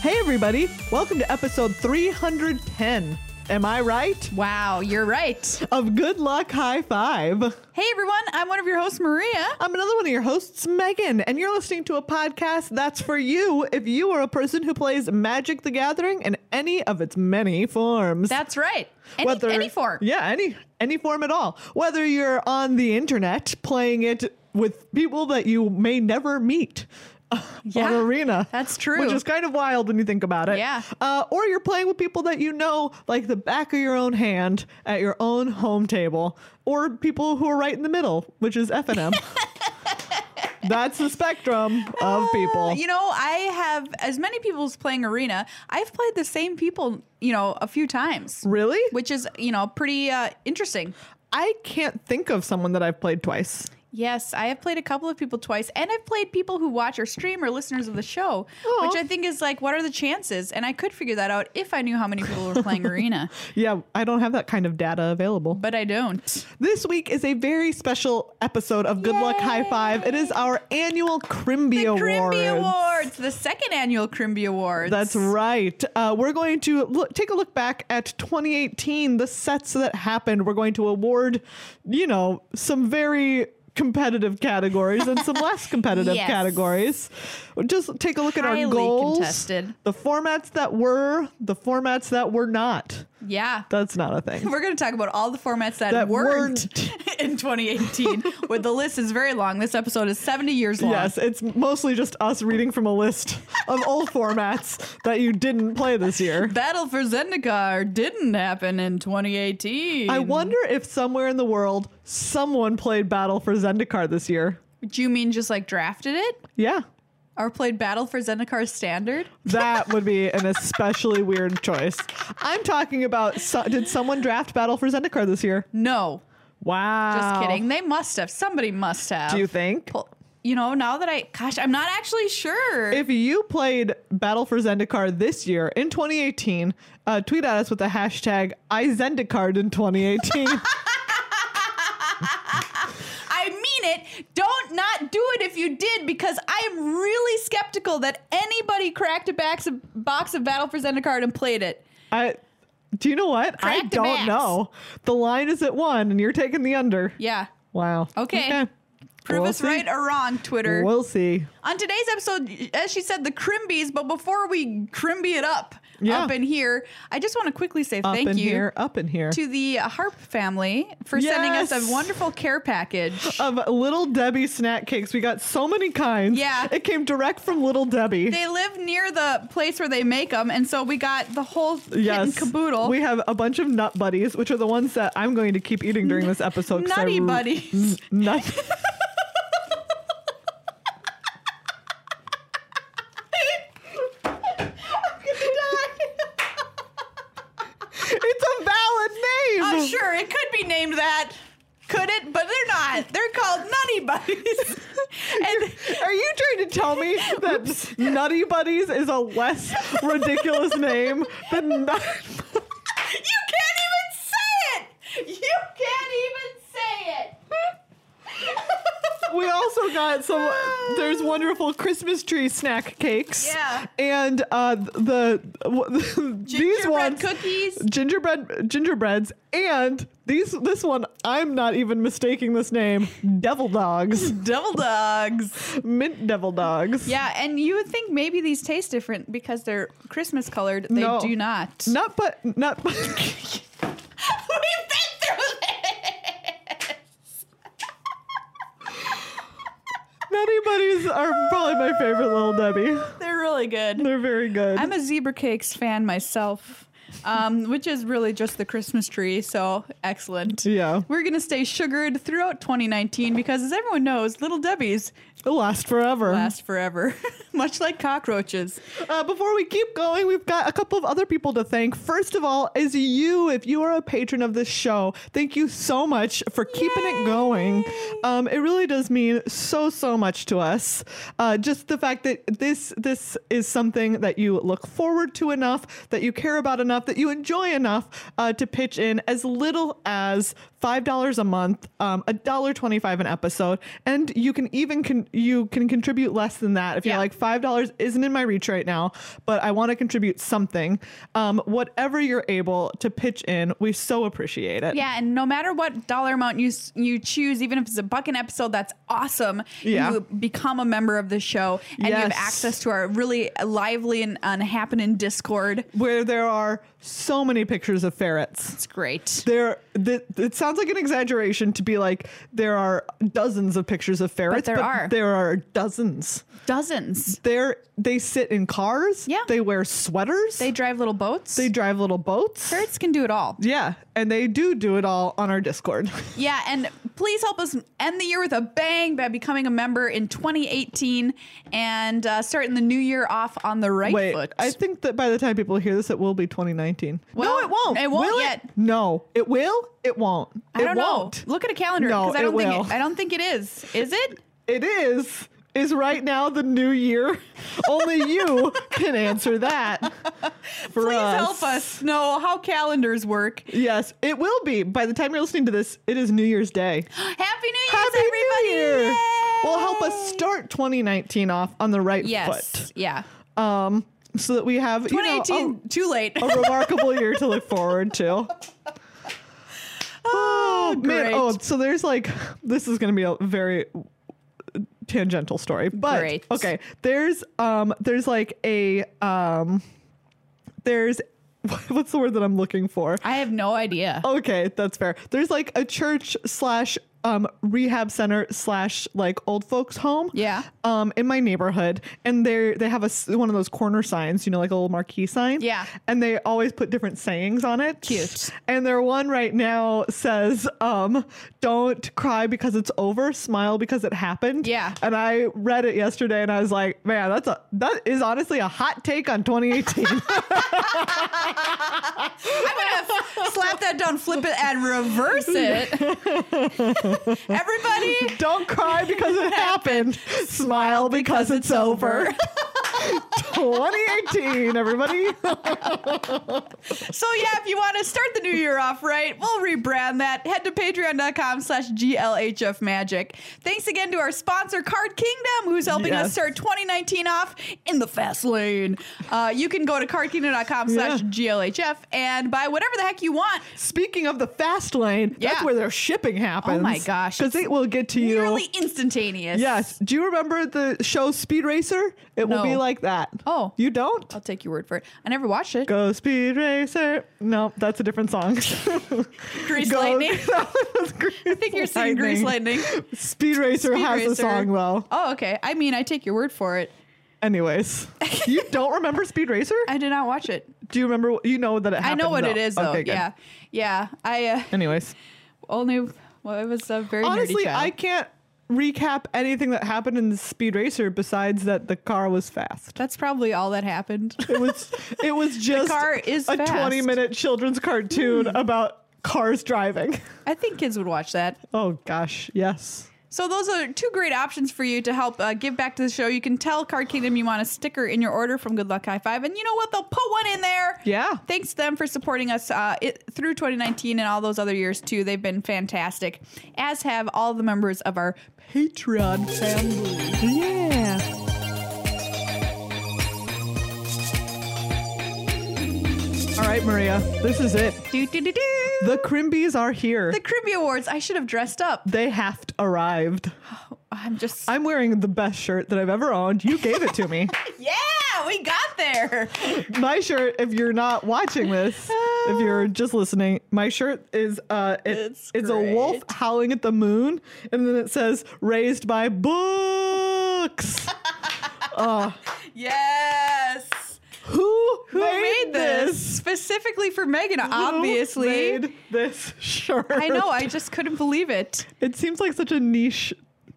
Hey, everybody. Welcome to episode 310. Am I right? Wow, you're right. Of Good Luck High Five. Hey everyone, I'm one of your hosts, Maria. I'm another one of your hosts, Megan, and you're listening to a podcast that's for you if you are a person who plays Magic the Gathering in any of its many forms. That's right. Any, any form. Yeah, any any form at all. Whether you're on the internet playing it with people that you may never meet. uh, on Yeah, arena. that's true. Which is kind of wild when you think about it. Yeah. Uh, or you're playing with people that you know, like the back of your own hand at your own home table, or people who are right in the middle, which is F and M. That's the spectrum of people. Uh, You know, I have as many people as playing Arena. I've played the same people, you know, a few times, really? which is, you know, pretty uh, interesting. I can't think of someone that I've played twice. Yes, I have played a couple of people twice, and I've played people who watch or stream or listeners of the show, Aw. which I think is like, what are the chances? And I could figure that out if I knew how many people were playing Arena, Yeah, I don't have that kind of data available. but I don't. This week is a very special episode of Good Luck High Five. It is our annual Crimby The Award. Crimby Awards, the second annual Crimby Awards. That's right. Uh, we're going to look, take a look back at 2018, the sets that happened. We're going to award, you know, some very competitive categories and some less competitive Yes. categories. Just take a look at our Highly goals, contested. the formats that were, the formats that were not. yeah. That's not a thing. We're going to talk about all the formats that, That weren't, in 2018. where the list is very long. This episode is 70 years long. Yes, it's mostly just us reading from a list of old formats that you didn't play this year. Battle for Zendikar didn't happen in 2018. I wonder if somewhere in the world someone played Battle for Zendikar this year. Do you mean just like drafted it Yeah. or played Battle for Zendikar standard? That would be an especially weird choice. I'm talking about so- did someone draft Battle for Zendikar this year? No. Wow. Just kidding. They must have. Somebody must have. Oh. Do you think? Pull- you know, now that I, gosh, I'm not actually sure. If you played Battle for Zendikar this year in 2018, uh, tweet at us with the hashtag iZendikar'd in 2018. I mean it. Don't not do it if you did, because I am really skeptical that anybody cracked a box of, box of Battle for Zendikar and played it. I do you know what? I Crack the don't backs. know. The line is at one, and you're taking the under. Yeah. Wow. Okay. Prove We'll us see. right or wrong, Twitter. We'll see. On today's episode, as she said, the Crimbies, but before we Crimby it up Yeah. up in here, I just want to quickly say Up thank in you here. Up in here. to the Harp family for sending us Yes. a wonderful care package. of Little Debbie snack cakes. We got so many kinds. Yeah. It came direct from Little Debbie. They live near the place where they make them, and so we got the whole kit and caboodle. We have a bunch of nut buddies, which are the ones that I'm going to keep eating during this episode. 'cause I Nutty r- buddies. Nut- it's a valid name. I'm sure it could be named that. Could it? But they're not. They're called Nutty Buddies. and Are you trying to tell me that Nutty Buddies is a less ridiculous name than Nut? you can't even say it. You can't even say it. We also got some. There's wonderful Christmas tree snack cakes. Yeah. And uh, the w- these Gingerbread ones cookies. gingerbread gingerbreads and these this one I'm not even mistaking this name devil dogs Devil dogs. mint devil dogs. Yeah, and you would think maybe these taste different because they're Christmas colored. They No. do not. Not but not. We've been through this. Nutty Buddies are probably my favorite little Debbie. They're really good. They're very good. I'm a zebra cakes fan myself, um, which is really just the Christmas tree. So excellent. yeah, We're gonna stay sugared throughout 2019 because, as everyone knows, little Debbie's it'll last forever. last forever, much like cockroaches. Uh, before we keep going, we've got a couple of other people to thank. First of all, is you. If you are a patron of this show, thank you so much for keeping it going. Um, it really does mean so so much to us. Uh, just the fact that this this is something that you look forward to enough, that you care about enough, that you enjoy enough uh, to pitch in as little as five dollars a month, um, a dollar twenty-five an episode, and you can even con- you can contribute less than that if Yeah. you're like five dollars isn't in my reach right now, but I want to contribute something. Um, whatever you're able to pitch in, we so appreciate it. Yeah, and no matter what dollar amount you s- you choose, even if it's a buck an episode, that's awesome. Yeah. You become a member of the show, and you have Yes. access to our really lively and, and happening Discord. Where there are so many pictures of ferrets. It's great. There, th- it sounds like an exaggeration to be like there are dozens of pictures of ferrets. there are. There are dozens. Dozens. They're they sit in cars. Yeah. They wear sweaters. They drive little boats. they drive little boats. Ferrets can do it all. Yeah, and they do do it all on our Discord. Yeah, and please help us end the year with a bang by becoming a member in 2018 and uh, starting the new year off on the right Wait, foot. I think that by the time people hear this, it will be 2019. Well, no, it won't. it won't Will yet. No, it will. It won't. I don't it won't. know. Look at a calendar. No, 'cause I it don't think will. It, I don't think it is. Is it? It is. Is right now the new year? Only you can answer that. For Please help us know how calendars work. Yes, it will be. By the time you're listening to this, it is New Year's Day. Happy New Year's, Happy everybody! New Year! Yay! Will help us start 2019 off on the right Yes. Yeah. foot, um, so that we have you know, oh. a- 2018. too late. a remarkable year to look forward to. Oh, man. great. Oh, so there's like, this is going to be a very tangential story, but Great. okay. There's, um, there's like a, um, there's, what's the word that I'm looking for? I have no idea. Okay, that's fair. There's like a church slash um rehab center slash like old folks home. Yeah. Um, in my neighborhood, and they they have a s- one of those corner signs, you know, like a little marquee sign. Yeah. And they always put different sayings on it. Cute. And their one right now says, um, "Don't cry because it's over. Smile because it happened." Yeah. And I read it yesterday, and I was like, "Man, that's a that is honestly a hot take on 2018." I'm gonna f- slap that down, flip it, and reverse it. Everybody, Don't cry because it happened. Smile because it's over. 2018, everybody. So yeah, if you want to start the new year off right, we'll rebrand that. Head to patreon.com slash GLHF Magic. Thanks again to our sponsor, Card Kingdom, who's helping us Yes. start 2019 off in the fast lane. Uh, you can go to cardkingdom.com slash GLHF and buy whatever the heck you want. Speaking of the fast lane, Yeah. Oh that's where their shipping happens. my gosh, Because it's it will get to you. Nearly instantaneous. Yes. Do you remember the show Speed Racer? It No. will be like that. Oh. You don't? I'll take your word for it. I never watched it. Go Speed Racer. No, that's a different song. Grease Go- Lightning. That was Grease I think you're seeing Grease Lightning. Speed Racer Speed has a Racer. song though. Oh, okay. I mean, I take your word for it. Anyways, you don't remember Speed Racer? I did not watch it. Do you remember? You know that it I happened. know what though. it is, though. Okay, good. yeah, yeah. I uh, Anyways, only well, I was a very nerdy honestly, child. I can't recap anything that happened in the Speed Racer besides that the car was fast. That's probably all that happened. It was it was just car is a fast. Hmm. twenty minute children's cartoon about cars driving. I think kids would watch that. Oh gosh, yes. So those are two great options for you to help uh, give back to the show. You can tell Card Kingdom you want a sticker in your order from Good Luck High Five, and you know what? They'll put one in there. Yeah. Thanks to them for supporting us uh, it, through 2019 and all those other years too. They've been fantastic, as have all the members of our Patreon family. Yeah. All right, Maria, this is it. Do do do do. The Crimbies are here. The Cribby Awards. I should have dressed up. they haft arrived. I'm just. I'm wearing the best shirt that I've ever owned. You gave it to me. yeah, we got there. my shirt, if you're not watching this, if you're just listening, my shirt is uh it- It's it's, a wolf great. howling at the moon and then it says raised by books. Yes. Who, Who made, this? specifically for Megan? Who Obviously. made this shirt. I know. I just couldn't believe it. it seems like such a niche.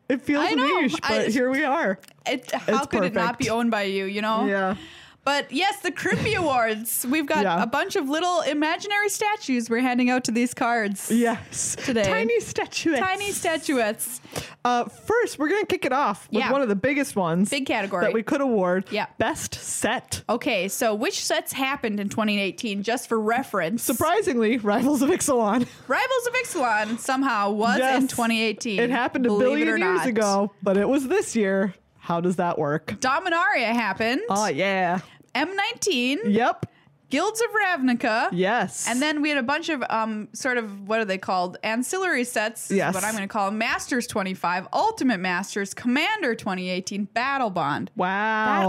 It feels I know, niche, I- but here we are. It how It's could it not perfect. be owned by you? You know. Yeah. But yes, the Crimpy Awards. We've got Yeah. a bunch of little imaginary statues we're handing out to these cards. Yes. Today. Tiny statuettes. Tiny statuettes. Uh, first, we're going to kick it off with Yeah. one of the biggest ones. Big category. That we could award. Yeah. Best set. Okay, so which sets happened in 2018? Just for reference, Surprisingly, Rivals of Ixalan. Rivals of Ixalan somehow was in Yes. 2018. It happened a believe it billion or years not. ago, but it was this year. How does that work? Dominaria happened. Oh, yeah. M19, Yep. Guilds of Ravnica. Yes. And then we had a bunch of um, sort of what are they called? Ancillary sets. is Yes. what I'm going to call them. Masters 25, Ultimate Masters, Commander 2018, Battle Bond. wow.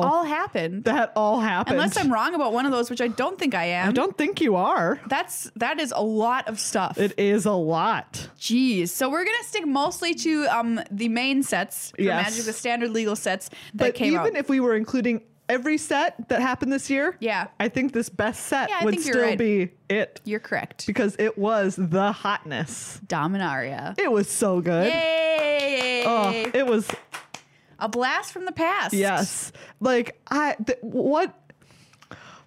That all happened. That all happened. Unless I'm wrong about one of those, which I don't think I am. I don't think you are. That's that is a lot of stuff. It is a lot. Jeez. So we're gonna stick mostly to um the main sets for Yes. Magic, the standard legal sets that But came even out. if we were including every set that happened this year, Yeah. I think this best set Yeah, I would think you're still right. be it You're correct. because it was the hotness. Dominaria. It was so good. Yay! Oh, it was a blast from the past. yes. Like I th- what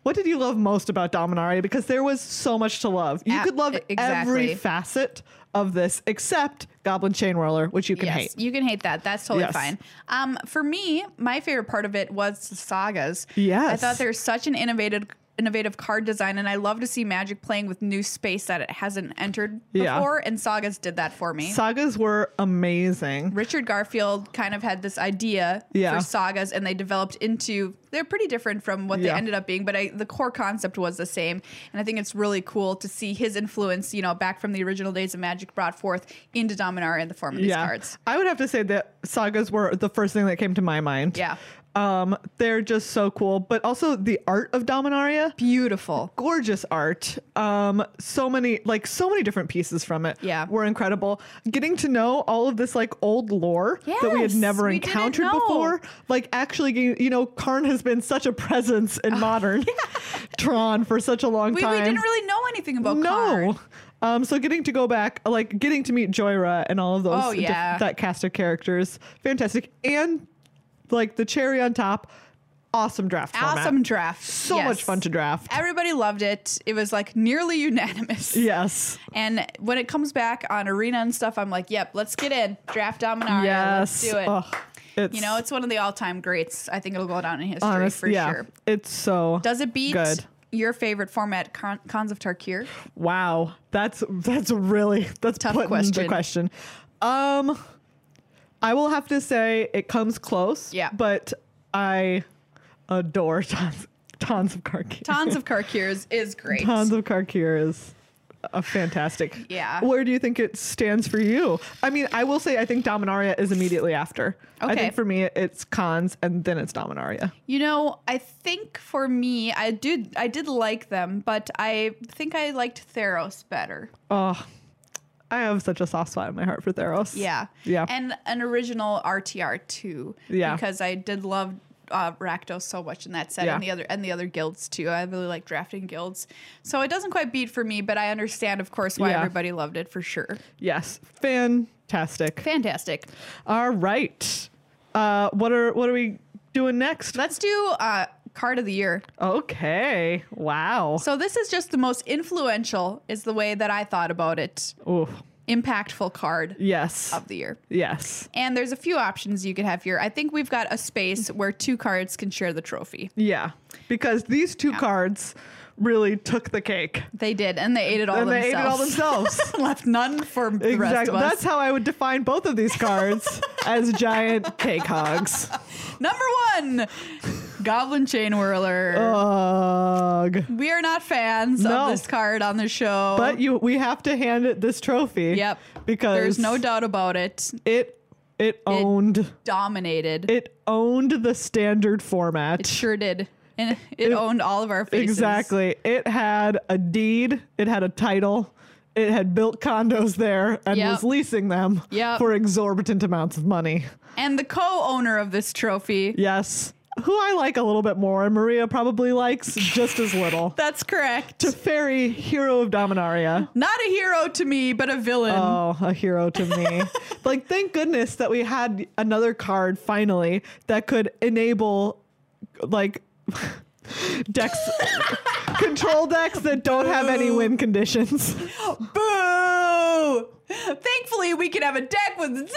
what did you love most about Dominaria? Because there was so much to love. You A- could love e- exactly. every facet of this except Goblin Chain Whirler, which you can yes, hate. you can hate that. That's totally Yes. fine. Um, for me, my favorite part of it was the sagas. I Yes. thought there's such an innovative, innovative card design, and I love to see Magic playing with new space that it hasn't entered Yeah. before. And sagas did that for me. Sagas were amazing. Richard Garfield kind of had this idea Yeah. for sagas, and they developed into. They're pretty different from what they Yeah. ended up being, but I, the core concept was the same. And I think it's really cool to see his influence, you know, back from the original days of Magic, brought forth into Dominaria in the form of these cards. I would have to say that sagas were the first thing that came to my mind. Yeah. Um, they're just so cool, but also the art of Dominaria, Beautiful. gorgeous art. Um, so many like so many different pieces from it. Yeah. were incredible. Getting to know all of this like old lore that we had Yes, never we didn't encountered know. before. Like actually, getting- you know, Karn has been such a presence in modern Tron for such a long We, time. we didn't really know anything about Karn. No. Um, so getting to go back, like getting to meet Joyra and all of those, Oh, diff- yeah. that cast of characters, fantastic. And like the cherry on top, awesome draft. format. Awesome draft. So Yes. much fun to draft. Everybody loved it. It was like nearly unanimous. yes. And when it comes back on arena and stuff, I'm like, yep, let's get in. Draft Dominaria. yes. Let's do it. Ugh, it's, You know, it's one of the all time greats. I think it'll go down in history honest- for yeah, sure. It's so Does it beat Good. your favorite format, Con- Cons of Tarkir? wow. That's that's really that's Tough putting question. the question. Um I will have to say it comes close. Yeah. But I adore tons tons of Karki. Tons of Tarkirs is great. Tons of Karkir is a fantastic. Yeah. Where do you think it stands for you? I mean, I will say I think Dominaria is immediately after. I Okay. think for me it's cons and then it's Dominaria. You know, I think for me, I did I did like them, but I think I liked Theros better. Oh, I have such a soft spot in my heart for Theros. Yeah. Yeah. And an original RTR too. Yeah. Because I did love uh, Rakdos so much in that set and Yeah. the other and the other guilds too. I really like drafting guilds. So it doesn't quite beat for me, but I understand of course why Yeah. everybody loved it for sure. Yes. Fantastic. Fantastic. All right. Uh, what are what are we doing next? Let's do uh card of the year. Okay. Wow. So this is just the most influential is the way that I thought about it. Ooh. Impactful card Yes. of the year. Yes. And there's a few options you could have here. I think we've got a space where two cards can share the trophy. Yeah. Because these two Yeah. cards really took the cake. They did, and they ate it all and themselves. they ate it all themselves. left none for the rest exactly. of us. That's how I would define both of these cards as giant cake hogs. Number one, Goblin Chain Whirler. Ugh. we are not fans No. of this card on the show. But you we have to hand it this trophy. Yep. Because there's no doubt about it. it it owned it, Dominated. owned the standard format. It sure did. And it, owned all of our faces. Exactly. It had a deed, it had a title, it had built condos there and Yep. was leasing them Yep. for exorbitant amounts of money. And the co-owner of this trophy. Yes. Who I like a little bit more, and Maria probably likes just as little. That's correct. To Fairy, hero of Dominaria. Not a hero to me, but a villain. Oh, a hero to me. like, thank goodness that we had another card finally that could enable, like, decks, control decks that don't have any win conditions. Boo! Thankfully, we can have a deck with zero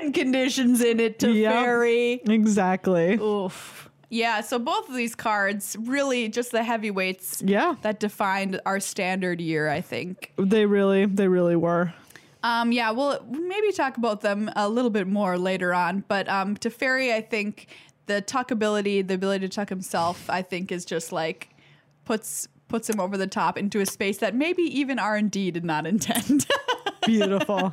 win conditions in it to Yep. vary. Exactly. Oof. Yeah, so both of these cards really just the heavyweights Yeah, that defined our standard year, I think. they really, they really were. Um, yeah, we'll maybe talk about them a little bit more later on. But um, to Ferry, I think the tuck ability, the ability to tuck himself, I think is just like puts puts him over the top into a space that maybe even R and D did not intend. Beautiful,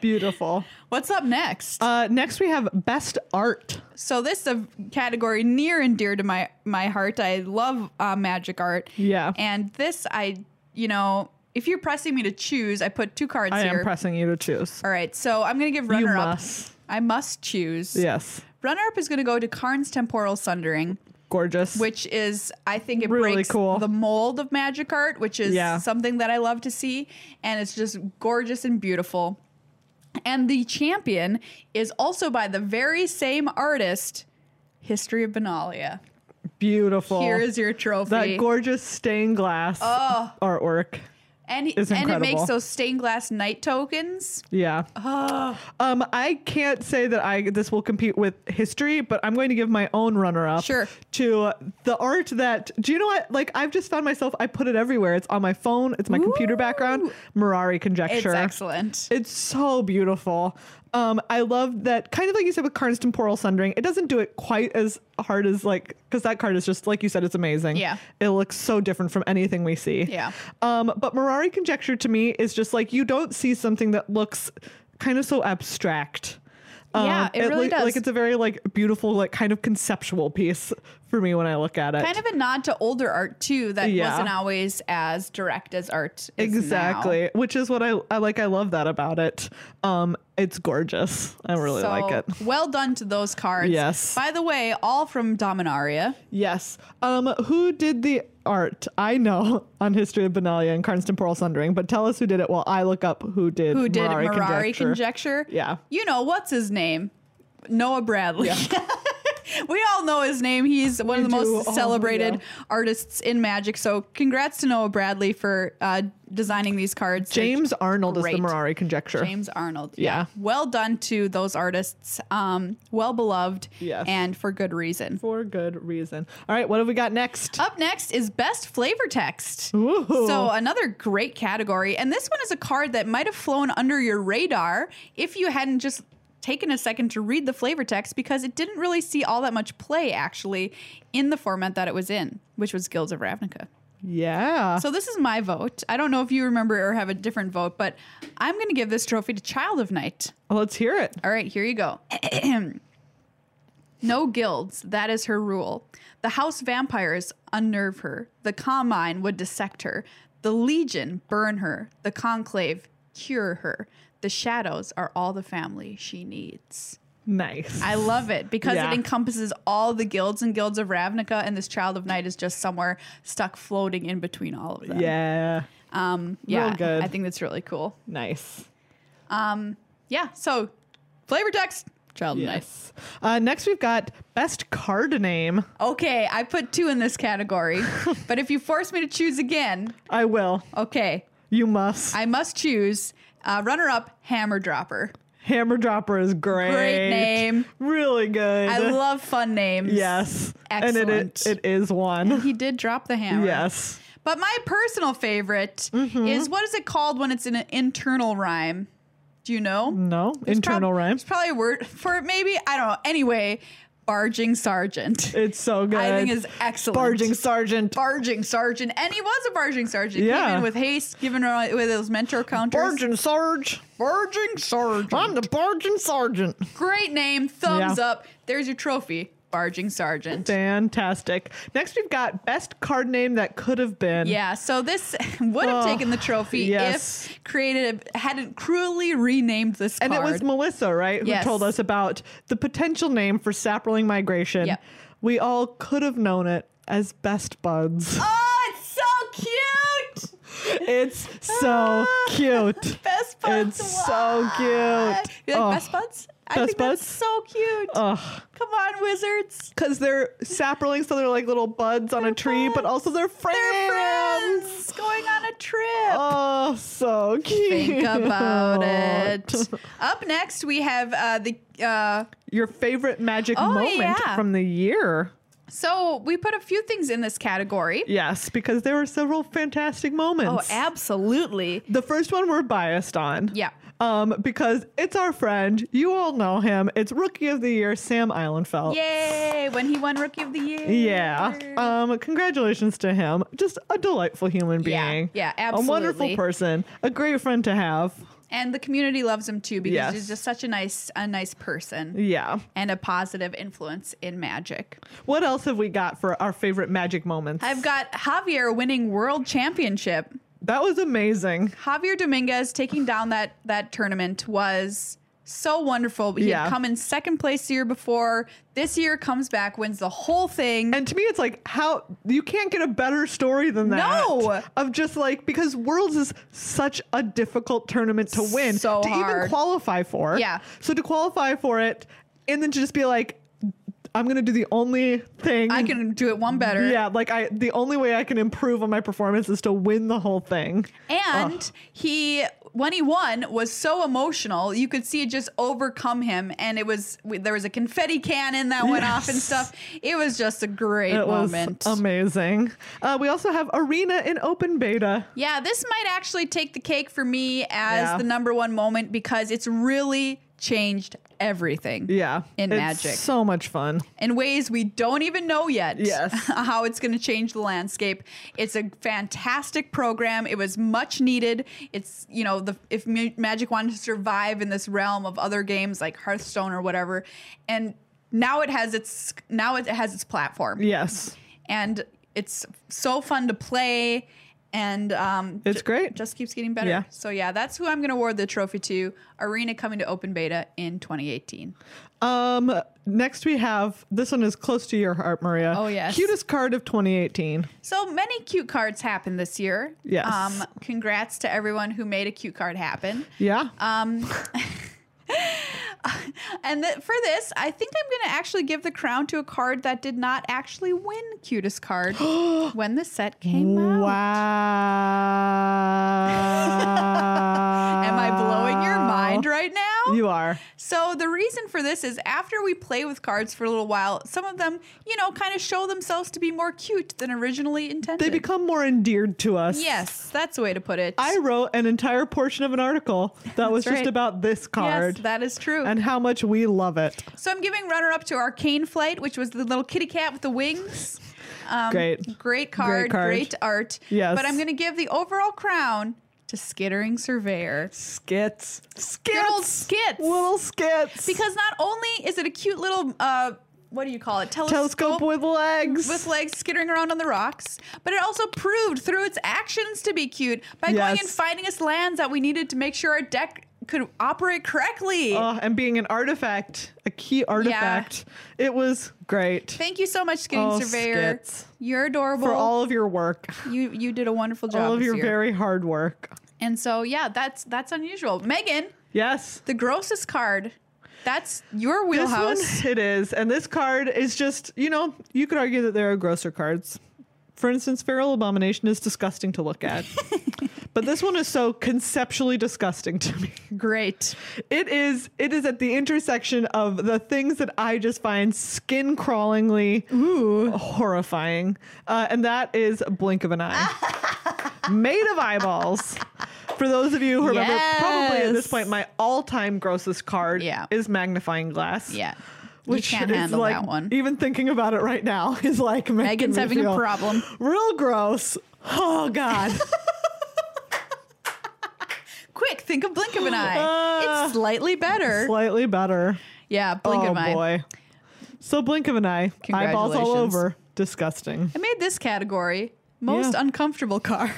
beautiful. What's up next? Uh, next, we have best art. so this is a category near and dear to my my heart. I love uh, magic art. Yeah, And this, I you know, if you're pressing me to choose, I put two cards I here. am pressing you to choose. All right, so I'm gonna give You runner up. must. I must choose. Yes, Runner up is going to go to Karn's Temporal Sundering, gorgeous. which is, I think, it Really breaks cool. the mold of magic art, which is Yeah. something that I love to see. And it's just gorgeous and beautiful. And the champion is also by the very same artist, History of Benalia. beautiful. Here is your that trophy. gorgeous stained glass Oh. artwork. and, he- is and it makes incredible. those stained glass night tokens. Yeah. Oh, Um, I can't say that I this will compete with history, but I'm going to give my own runner up. Sure. To the art that do you know what? Like I've just found myself. I put it everywhere. It's on my phone. It's my computer background. Murari it's conjecture. excellent. It's so beautiful. Um, I love that kind of like you said with Karn's Temporal Sundering. It doesn't do it quite as hard as like because that card is just like you said, it's amazing. Yeah. it looks so different from anything we see. Yeah. Um, but Mirari Conjecture to me is just like you don't see something that looks kind of so abstract. Yeah, it really like, does. Like it's a very like beautiful like kind of conceptual piece for me when I look at it. kind of a nod to older art too that Yeah. wasn't always as direct as art is now. Exactly, which is what I, I like. I love that about it. Um, it's gorgeous. I really like So, it. Well done to those cards. Yes. By the way, all from Dominaria. Yes. Um, who did the art? I know on History of Benalia and Karn's Temporal Sundering, but tell us who did it while I look up who did Who did Mirari Mirari, conjecture. Yeah. You know what's his name? Noah Bradley. we all know his name. He's one of the We do most all, celebrated yeah. artists in Magic. So congrats to Noah Bradley for uh, designing these cards. They're James Arnold is great. the Mirari conjecture. James Arnold. Yeah. Well done to those artists. Um, well beloved. Yes. And for good reason. For good reason. All right, what have we got next? Up next is best flavor text. Ooh. So another great category, and this one is a card that might have flown under your radar if you hadn't just taken a second to read the flavor text because it didn't really see all that much play actually in the format that it was in, which was Guilds of Ravnica. yeah. So this is my vote. I don't know if you remember or have a different vote, but I'm going to give this trophy to Child of Night. Let's hear it. All right, here you go. no guilds, that is her rule. The house vampires unnerve her. The commune would dissect her. The legion burn her. The conclave cure her. The shadows are all the family she needs. Nice. I love it because Yeah. it encompasses all the guilds and guilds of Ravnica, and this child of night is just somewhere stuck floating in between all of them. yeah. um, yeah. Real good. I think that's really cool. Nice. Um, yeah. So, flavor text, child of night. Yes. Uh, next, we've got best card name. Okay, I put two in this category, but if you force me to choose again, I will. okay, You must. I must choose uh, runner up Hammer Dropper. Hammer Dropper is great. Great name. Really good. I love fun names. Yes. And it, Excellent. it, it is one. He did drop the hammer. Yes. Mm-hmm. But my personal favorite is what is it called when it's an internal rhyme? Do you know? No. Mm, internal Prob- rhymes. It's probably a word for it, maybe. I don't know. Anyway, barging sergeant. It's so good. I think is excellent. Barging Sergeant. barging sergeant, and he was a barging sergeant. Came Yeah. in with haste, given her with those mentor counters. Barging Sarge. barging sergeant. I'm the Barging Sergeant. Great name, thumbs Yeah. up. There's your trophy, barging sergeant. Fantastic. Next, we've got best card name that could have been. Yeah, so this would have Oh, taken the trophy yes. if creative hadn't cruelly renamed this And card. it was Melissa, right, who Yes. told us about the potential name for sapling migration. Yep. We all could have known it as best buds. oh, it's so cute. It's so Ah. cute. Best buds. It's so why? cute. You like Oh. best buds? I Best think buds? Oh. that's so cute. Ugh. Come on, wizards. Because they're saplings, so they're like little buds on a They're tree, but buds. also they're friends. They're friends going on a trip. Oh, so cute. Think about it. Up next, we have uh, the. Uh, Your favorite magic Oh, moment yeah. from the year. so we put a few things in this category. Yes, because there were several fantastic Oh, moments. absolutely. the first one we're biased on. Yeah. Um, because it's our friend. You all know him. It's Rookie of the Year, Sam Eilenfeld. Yay! When he won Rookie of the Year. Oh. Yeah. Um, congratulations to him. Just a delightful human Yeah, being. yeah, A wonderful absolutely. person. A great friend to have. and the community loves him too because Yes. he's just such a nice, a nice person Yeah. and a positive influence in magic. What else have we got for our favorite magic moments? I've got Javier winning world championship. that was amazing. Javier Dominguez taking down that that tournament was so wonderful. He Yeah. had come in second place the year before. This year comes back, wins the whole thing. And to me, it's like how you can't get a better story than that. No. of just like because Worlds is such a difficult tournament to win, So to even hard. qualify for. Yeah. So to qualify for it, and then to just be like, I'm gonna do the only thing I can do it one better. Yeah, like I the only way I can improve on my performance is to win the whole thing. And he, when he won, was so emotional. You could see it just overcome him. And it was, there was a confetti cannon that went off and Yes. stuff. It was just a great It moment. was um amazing. Uh, we also have Arena in open beta. yeah, this might actually take the cake for me as Yeah. the number one moment because it's really changed everything. Yeah, In It's Magic. so much fun. in ways we don't even know yet Yes. how it's going to change the landscape it's a fantastic program it was much needed it's you know the if Ma- magic wanted to survive in this realm of other games like hearthstone or whatever and now it has its now it has its platform Yes, and it's so fun to play and um, It's great. just keeps getting better Yeah. so yeah that's who i'm going to award the trophy to arena coming to open beta in 2018 Um, next we have this one is close to your heart, Maria. Oh, yes. cutest card of 2018. So many cute cards happened this year. Yes. Um, congrats to everyone who made a cute card happen. Yeah, Um, and th- for this, I think I'm going to actually give the crown to a card that did not actually win cutest card when the set came out. wow. Am I blowing your mind right now? You are. So the reason for this is after we play with cards for a little while, some of them, you know, kind of show themselves to be more cute than originally intended. They become more endeared to us. yes, that's the way to put it. I wrote an entire portion of an article that was just right. about this card Yes, that is true. and how much we love it. So I'm giving runner up to Arcane Flight, which was the little kitty cat with the wings. Um, Great. Great card, great card. art. Yes. But I'm going to give the overall crown to Skittering Surveyor. Skits. Skits. Good old skits. Little skits. Because not only is it a cute little, uh, what do you call it? Telescope with legs. with legs skittering around on the rocks, but it also proved through its actions to be cute by going Yes. and finding us lands that we needed to make sure our deck could operate correctly. Oh, and being an artifact, a key artifact. It was great. Thank you so much, Skidding Oh, Surveyor. Skits. You're adorable. for all of your work, you you did a wonderful job. all of this your year. very hard work. and so yeah, that's that's unusual. Megan, Yes. the grossest card. That's your This one, wheelhouse. it is. And this card is just, you know, you could argue that there are grosser cards. For instance, Feral Abomination is disgusting to look at. but this one is so conceptually disgusting to me. Great. It is it is at the intersection of the things that I just find skin crawlingly horrifying. Uh, and that is a blink of an eye. Made of eyeballs. For those of you who remember, probably at this Yes. point, my all-time grossest card Yeah. is magnifying glass. Yeah. Which you can't is handle like, that one. Even thinking about it right now is like making Megan's me having feel a problem. Real gross. Oh God. Quick, think of Blink of an Eye. Ah. it's slightly better. Slightly better. yeah, Blink oh of an Eye. boy. So blink of an eye. Eyeballs all Congratulations. over. Disgusting. I made this category most Yeah. uncomfortable card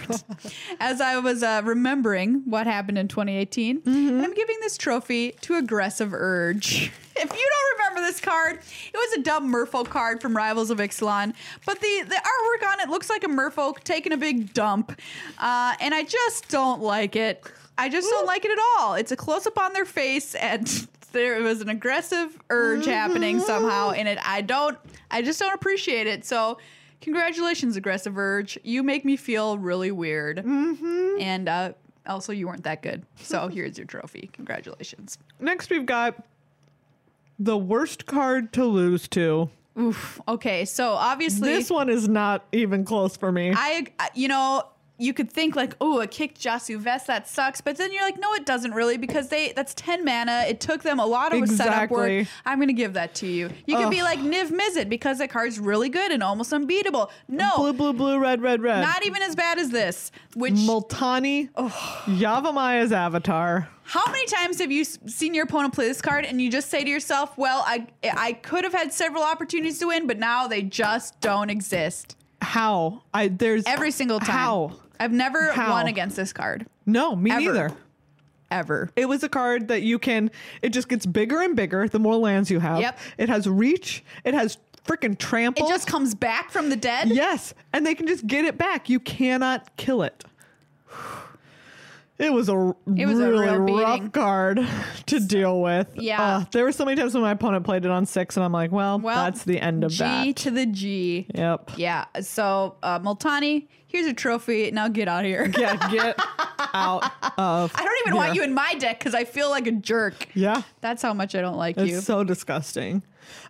as I was uh, remembering what happened in 2018. And I'm giving this trophy to Aggressive Urge. If you don't remember this card. It was a dumb merfolk card from Rivals of Ixalan, but the, the artwork on it looks like a merfolk taking a big dump. Uh, and I just don't like it. I just don't like it at all. It's a close up on their face and there was an aggressive urge happening somehow in it. I don't I just don't appreciate it. So congratulations, aggressive urge. You make me feel really weird. And uh also, you weren't that good. So here's your trophy. Congratulations. Next, we've got the worst card to lose to. Oof. Okay. So obviously, This one is not even close for me. I, you know, you could think like, oh, a kick Jasu Vest, that sucks. But then you're like, no, it doesn't really because they that's 10 mana. It took them a lot of setup work. Exactly. I'm going to give that to you. You could be like Niv Mizzet because that card's really good and almost unbeatable. No, blue, blue, blue, red, red, red. not even as bad as this. Which, Multani, Yavamaya's avatar. how many times have you s- seen your opponent play this card and you just say to yourself, well, I, I could have had several opportunities to win, but now they just don't exist. How? I there's Every single time. How? I've never How? won against this card. No, me Ever. neither. Ever. It was a card that you can. It just gets bigger and bigger the more lands you have. Yep. It has reach. It has freaking It trample. just comes back from the dead. yes, and they can just get it back. You cannot kill it. It was a It was a really real beating. rough card to deal with. Yeah. Uh, there were so many times when my opponent played it on six, and I'm like, well, Well, that's the end of G that. to the G. Yep. Yeah. So uh, Multani, here's a trophy. Now get out of here. Yeah, get out of. I don't even want here. you in my deck because I feel like a jerk. Yeah. That's how much I don't like It's you. so disgusting.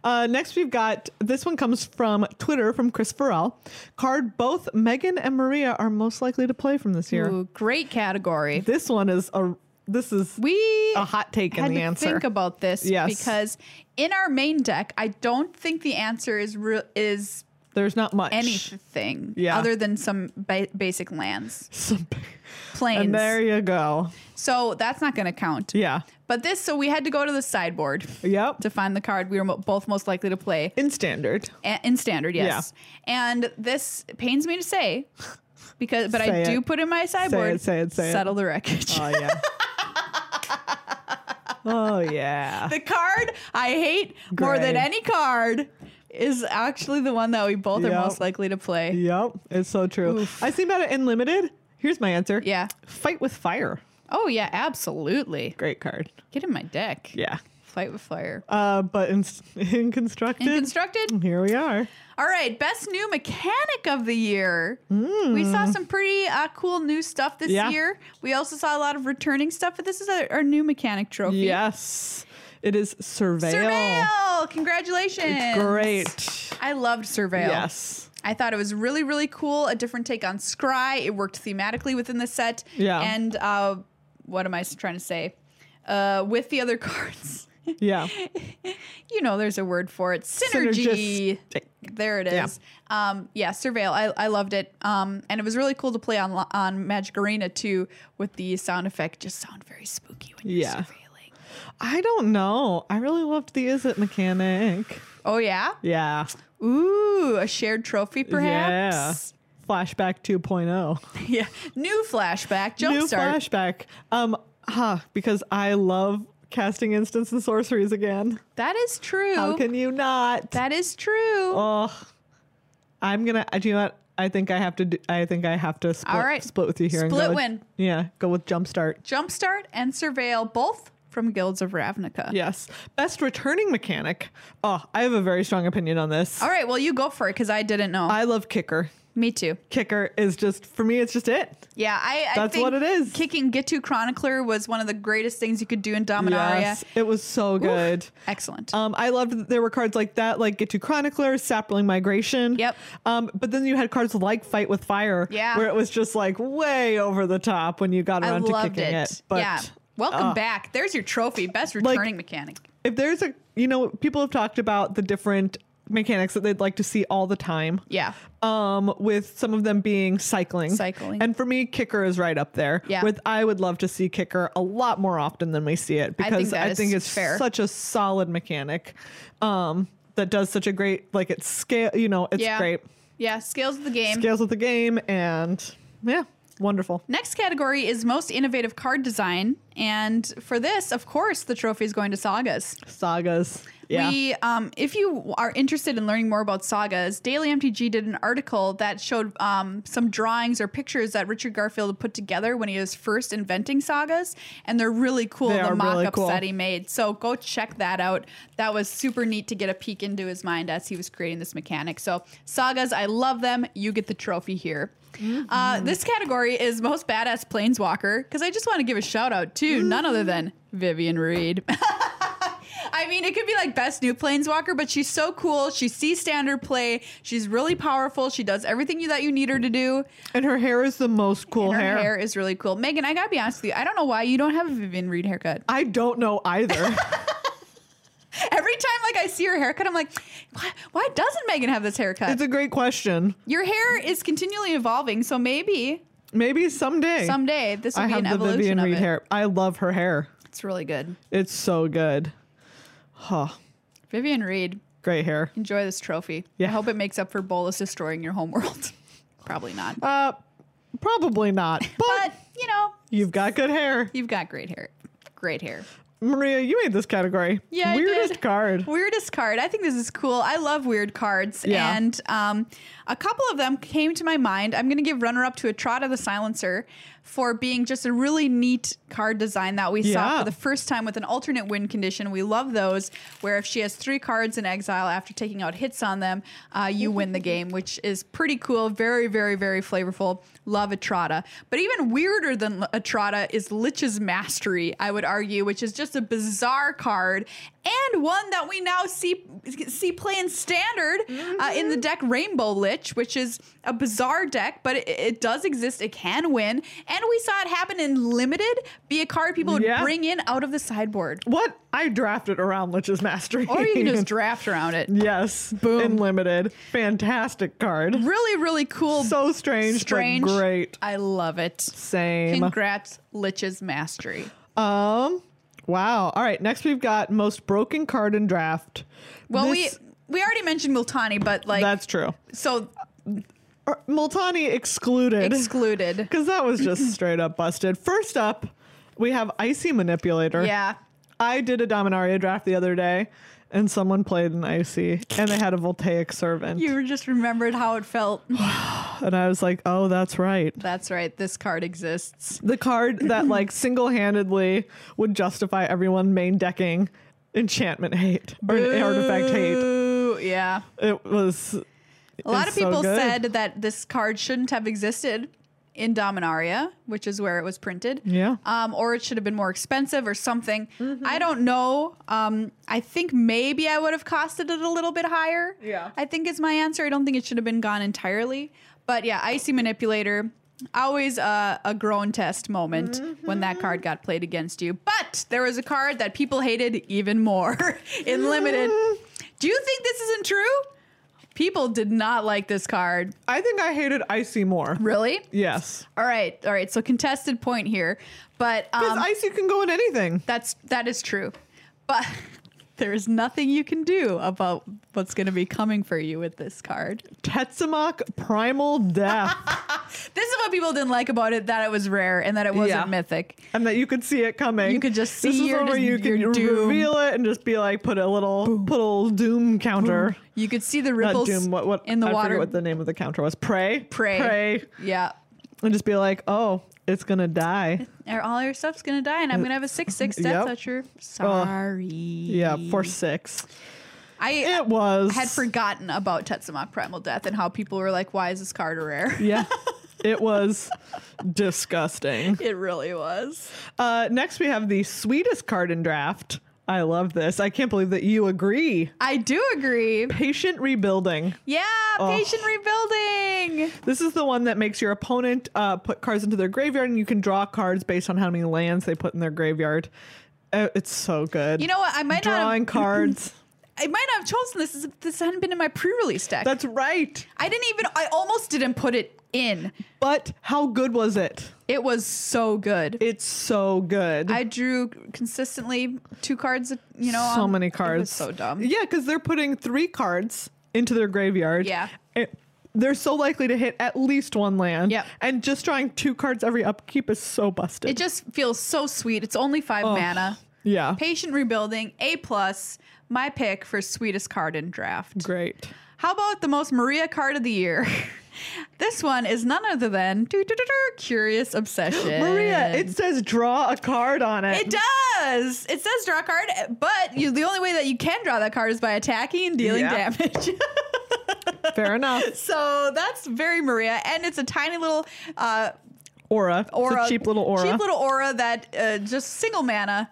Uh, next, we've got this one comes from Twitter from Chris Farrell. Card both Megan and Maria are most likely to play from this year. Ooh, great category. This one is a this is We a hot take had in the to answer. think about this Yes. because in our main deck, I don't think the answer is re- is There's not much. anything Yeah. other than some ba- basic lands, Some- planes. and there you go. so that's not going to count. Yeah. But this, so we had to go to the sideboard. Yep. to find the card we were mo- both most likely to play In standard. A- in standard. Yes, and this pains me to say because, but I Say do it. put in my sideboard. it, say it, say it. settle the wreckage. Oh yeah. oh yeah. the card I hate more than Great. any card is actually the one that we both are Yep. most likely to play. Yep. It's so true. I see about it in limited. Here's my answer. Yeah. Fight with fire. Oh yeah, absolutely. Great card. Get in my deck. Yeah. Fight with fire. Uh, but in, in constructed, And constructed. here we are. All right, best new mechanic of the year. We saw some pretty uh, cool new stuff this Hmm. Yeah. year. We also saw a lot of returning stuff, but this is our, our new mechanic trophy. Yes, it is surveil. Surveil! Congratulations. Great. I loved Surveil. Yes. I thought it was really, really cool. A different take on Scry. It worked thematically within the set. Yeah. And uh, what am I s- trying to say? Uh, with the other cards. Yeah. you know, there's a word for it. Synergy. Synergistic. There it Yeah. is. Yeah, um, yeah Surveil. I, I loved it. Um, and it was really cool to play on lo- on Magic Arena too with the sound effect. Just sound very spooky when you're Yeah. surveilling. I don't know. I really loved the is it mechanic. Oh yeah. Yeah. Ooh, a shared trophy perhaps. Yeah. Flashback 2.0. Yeah. New flashback. New Jumpstart. flashback. Um, huh, because I love casting instants and sorceries again. that is true. How can you not? that is true. oh, I'm gonna. I do you know what? I think I have to. Do, I think I have to split. All right. split with you here. and go Split with- win. Yeah, go with jumpstart. Jumpstart and Surveil both from Guilds of Ravnica. Yes, best returning mechanic. Oh, I have a very strong opinion on this. All right, well you go for it because I didn't know. I love kicker. Me too. Kicker is just for me. It's just it. Yeah, I, I That's think what it is. Kicking Gitu Chronicler was one of the greatest things you could do in Dominaria. Yes, it was so Oof, good. excellent. Um, I loved that there were cards like that, like Get to Chronicler, Sapling Migration. Yep. Um, but then you had cards like Fight with Fire, Yeah. where it was just like way over the top when you got I around to loved kicking it. it. But yeah. Welcome uh, back. There's your trophy. Best Like- returning mechanic. if there's a you know people have talked about the different mechanics that they'd like to see all the time Yeah. um with some of them being cycling Cycling. and for me kicker is right up there Yeah. with i would love to see kicker a lot more often than we see it I think because that i is think it's fair. such a solid mechanic um that does such a great like it's scale you know it's Yeah. great Yeah. Scales of the game. scales with the game and yeah wonderful Next category is most innovative card design, And for this, of course, the trophy is going to Sagas. Sagas. Yeah. We, um, if you are interested in learning more about sagas, Daily MTG did an article that showed um, some drawings or pictures that Richard Garfield put together when he was first inventing sagas, and they're really cool. They the are mock-ups really cool. that he made, so go check that out. That was super neat to get a peek into his mind as he was creating this mechanic. So sagas, I love them. You get the trophy here. Uh, Mm-hmm. this category is most badass planeswalker because I just want to give a shout out to Mm-hmm. none other than Vivian Reed. I mean, it could be like best new planeswalker, but she's so cool. She sees standard play. She's really powerful. She does everything you, that you need her to do. and her hair is the most cool And her hair. hair. is really cool. Megan, I gotta be honest with you. I don't know why you don't have a Vivian Reed haircut. I don't know either. Every time, like I see her haircut, I'm like, why, why doesn't Megan have this haircut? it's a great question. Your hair is continually evolving, so maybe Maybe someday. someday this will I be have an the evolution Vivian of Reed it. hair. I love her hair. It's really good. It's so good. Huh. Vivian Reed, Great hair. enjoy this trophy. Yeah. I hope it makes up for Bolus destroying your homeworld. Probably not. Uh, probably not. But, But you know, you've got good hair, You've got great hair. Great hair. Maria. You made this category. Yeah, I did. Weirdest card. Weirdest card. I think this is cool. I love weird cards. Yeah. And um, a couple of them came to my mind. I'm going to give runner up to a Trot of the Silencer for being just a really neat card design that we saw Yeah. for the first time with an alternate win condition. We love those, where if she has three cards in exile after taking out hits on them, uh, you win the game, which is pretty cool. Very, very, very flavorful. Love Atrata. But even weirder than Atrata is Lich's Mastery, I would argue, which is just a bizarre card and one that we now see see play in standard uh, in the deck Rainbow Lich, which is a bizarre deck, but it, it does exist. It can win. And we saw it happen in limited, be a card people would Yeah. bring in out of the sideboard. What I drafted around Lich's Mastery. Or you can just draft around it. yes. Boom. Unlimited. Fantastic card. Really, really cool. So strange, strange. but great. I love it. Same. Congrats, Lich's Mastery. um. Wow. All right. Next, we've got most broken card in draft. Well, This- we we already mentioned Multani, but like that's true. so Or- Multani excluded. excluded. Because that was just straight up busted. First up, we have Icy Manipulator. yeah. I did a Dominaria draft the other day, and someone played an Icy, and they had a Voltaic Servant. You just remembered how it felt. and I was like, oh, that's right. That's right. This card exists. The card that, like, single handedly would justify everyone main decking enchantment hate or artifact hate. Ooh, yeah. It was. A lot of It's so people good. said that this card shouldn't have existed in Dominaria, which is where it was printed. Yeah. Mm-hmm. Um, or it should have been more expensive or something. I don't know. Um, I think maybe I would have costed it a little bit higher. Yeah. I think is my answer. I don't think it should have been gone entirely. But yeah, Icy Manipulator, always a, a grown test moment when that card got played against you. But there was a card that people hated even more in Limited. Do you think this isn't true? People did not like this card. I think I hated Icy more. Really? Yes. All right. All right. So contested point here. But Because um, Icy can go in anything. that's that is true. But there is nothing you can do about what's going to be coming for you with this card. Tetsamok Primal Death. This is what people didn't like about it that it was rare and that it wasn't Yeah. mythic. and that you could see it coming. You could just this see is your- one where you can your doom. reveal it and just be like, put a little, put a little doom counter. You could see the Not ripples doom. What? What? in the I water. Forget what the name of the counter was? Pray. Pray. Pray. yeah. And just be like, oh, it's gonna die. Or all your stuff's gonna die, and I'm gonna have a six six death Yep. Uh, toucher. Sorry. Yeah, for six. I It was. had forgotten about Tetsamok Primal Death and how people were like, "Why is this card rare?" Yeah. It was disgusting. It really was. Uh, next, we have the sweetest card in draft. I love this. I can't believe that you agree. I do agree. Patient rebuilding. Yeah, Oh. patient rebuilding. This is the one that makes your opponent uh, put cards into their graveyard, and you can draw cards based on how many lands they put in their graveyard. Uh, it's so good. You know what? I might drawing not. Have, cards. I might not have chosen this. if This hadn't been in my pre-release deck. That's right. I didn't even. I almost didn't put it in. But how good was it? It was so good. It's so good. I drew consistently two cards. You know, so on- many it was cards. so dumb. Yeah, because they're putting three cards into their graveyard. Yeah. A- they're so likely to hit at least one land. Yep. And just drawing two cards every upkeep is so busted. Oh. It just feels so sweet. It's only five mana. yeah. Patient rebuilding, A plus. My pick for sweetest card in draft. Great. How about the most Maria card of the year? this one is none other than doo-doo-doo-doo, Curious Obsession. Maria, it says draw a card on it. It does. It says draw card, but you, the only way that you can draw that card is by attacking and dealing Yeah. damage. Fair enough. so that's very Maria, and it's a tiny little uh, Aura. aura, It's a cheap little aura. cheap little aura that uh, just single mana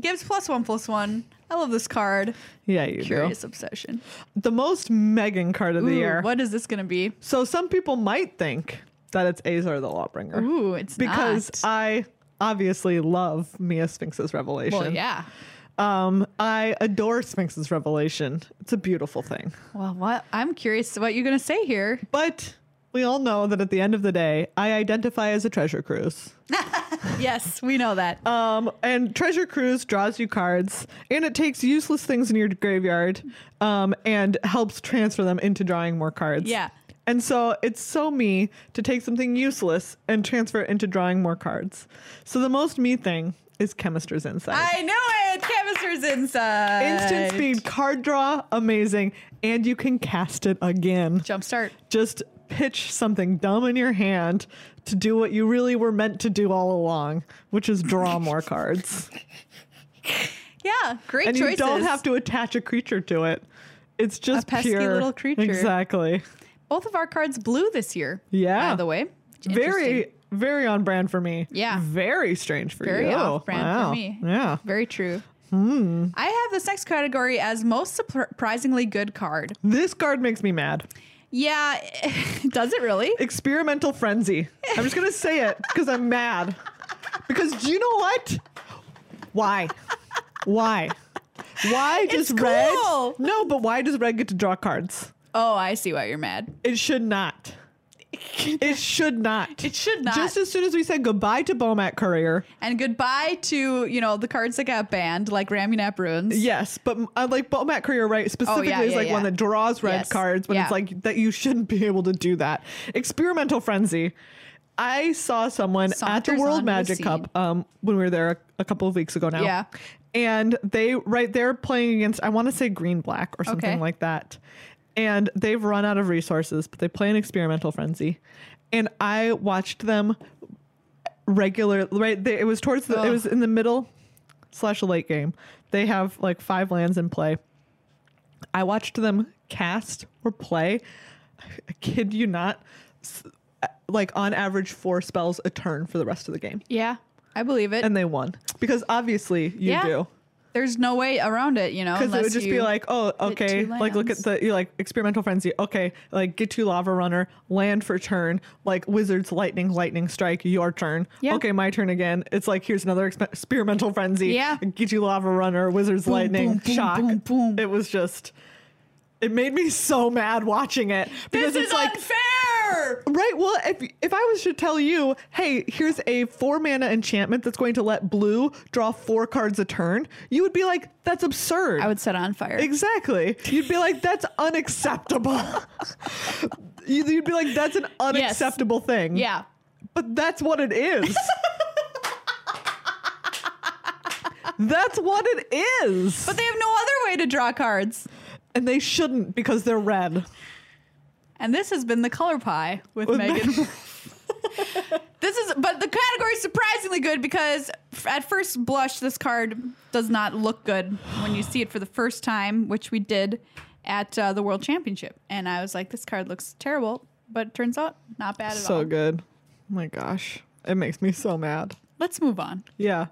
gives plus one plus one. I love this card. yeah, you Curious obsession. do. The most Megan card of the Ooh, year. What is this gonna be? So some people might think that it's Azar the Lawbringer. Ooh, it's because not. I obviously love Mia Sphinx's revelation. well, yeah. Um, I adore Sphinx's revelation. It's a beautiful thing. Well, what I'm curious what you're gonna say here. But we all know that at the end of the day, I identify as a treasure cruise. yes, we know that. Um, and treasure cruise draws you cards, and it takes useless things in your graveyard, um, and helps transfer them into drawing more cards. Yeah. And so it's so me to take something useless and transfer it into drawing more cards. So the most me thing is Chemist's Insight. I know it. Canvaser's inside. Instant speed, card draw, amazing. And you can cast it again. Jump start. Just pitch something dumb in your hand to do what you really were meant to do all along, which is draw more cards. Yeah, great And choices. you don't have to attach a creature to it. It's just pesky pure- little creature. Exactly. Both of our cards blue this year. Yeah. By the way, Which is interesting. Very, very on brand for me. Yeah. Very strange for Very you. off-brand for Wow. me. Yeah. very true. Hmm. I have this next category as most surprisingly good card. This card makes me mad. Yeah, does it really? experimental frenzy. I'm just gonna say it because I'm mad. Because do you know what? Why? Why? Why does It's red? cool. No, but why does red get to draw cards? Oh, I see why you're mad. It should not. It should not. It should not. Just as soon as we said goodbye to Bomac Courier, and goodbye to you know the cards that got banned, like Ramunap Runes. yes, but uh, like Bomac Courier, right? Specifically, is Oh, yeah, like one yeah. that draws red Yes. cards, when it's Yeah. like that you shouldn't be able to do that. Experimental frenzy. I saw someone at the Saunters World onto the Magic scene. Cup um, when we were there a, a couple of weeks ago now. Yeah. And they right there playing against I want to say green black or something Okay. like that. And they've run out of resources, but they play an experimental frenzy. And I watched them regular right they, it was towards the it Ugh. was in the middle slash late game. They have like five lands in play. I watched them cast or play. I kid you not, s- like on average four spells a turn for the rest of the game, Yeah, I believe it. and they won because obviously you Yeah. do There's no way around it, you know. because it would unless just you- be like, oh, okay, two like look at the you like experimental frenzy, okay, like get to lava runner, land for turn, like wizards lightning, lightning strike, your turn, Yeah. okay, my turn again. It's like here's another exp- experimental frenzy, Yeah. get you lava runner, wizards lightning, boom, boom, shock. boom, boom. It was just, it made me so mad watching it because this it's is like. unfair. Right. Well, if if I was to tell you, hey, here's a four mana enchantment that's going to let blue draw four cards a turn, you would be like, that's absurd. I would set on fire. Exactly. You'd be like, that's unacceptable. You- You'd be like, that's an unacceptable thing. yeah. But that's what it is. that's what it is. But they have no other way to draw cards. and they shouldn't because they're red. And this has been the color pie with, With Megan. this is, but the category is surprisingly good because f- at first blush, this card does not look good when you see it for the first time, which we did at uh, the World Championship. And I was like, this card looks terrible, but it turns out not bad at So all. good. Oh my gosh. It makes me so mad. Let's move on. Yeah.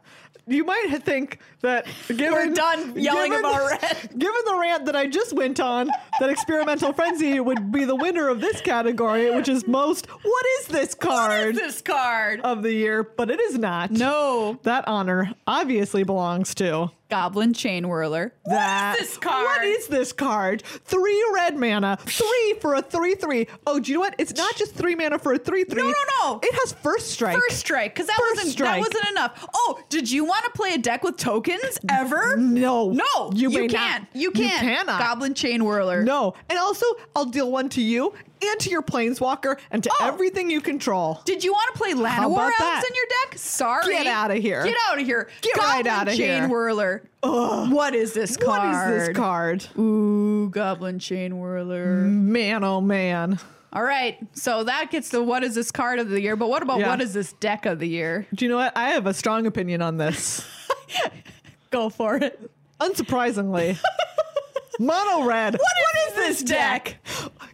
You might think that given, done yelling about red. Given the rant that I just went on, that experimental frenzy would be the winner of this category, which is most what is this What card Oh, is this card? of the year, but it is not. no. That honor obviously belongs to Goblin Chain Whirler. that. this card? What is this card? Three red mana, three for a three three. Oh, do you know what? It's not just three mana for a three three. No, no, no. It has first strike. First strike, because that First wasn't strike. that wasn't enough. Oh, did you want to play a deck with tokens ever? No. no, You, may can't. Not. You can't. You cannot. Goblin Chain Whirler. No. And also, I'll deal one to you and to your planeswalker and to Oh. everything you control. Did you want to play Llanowar about Elves that? in your deck? Sorry. Get outta here. Get out of here. Get Goblin right outta Chain here. Whirler. What is this card? What is this card? Ooh, Goblin Chain Whirler. Man, oh man. All right. So that gets the what is this card of the year, but what about Yeah. what is this deck of the year? Do you know what? I have a strong opinion on this. Go for it. Unsurprisingly. Mono red. what is, this deck?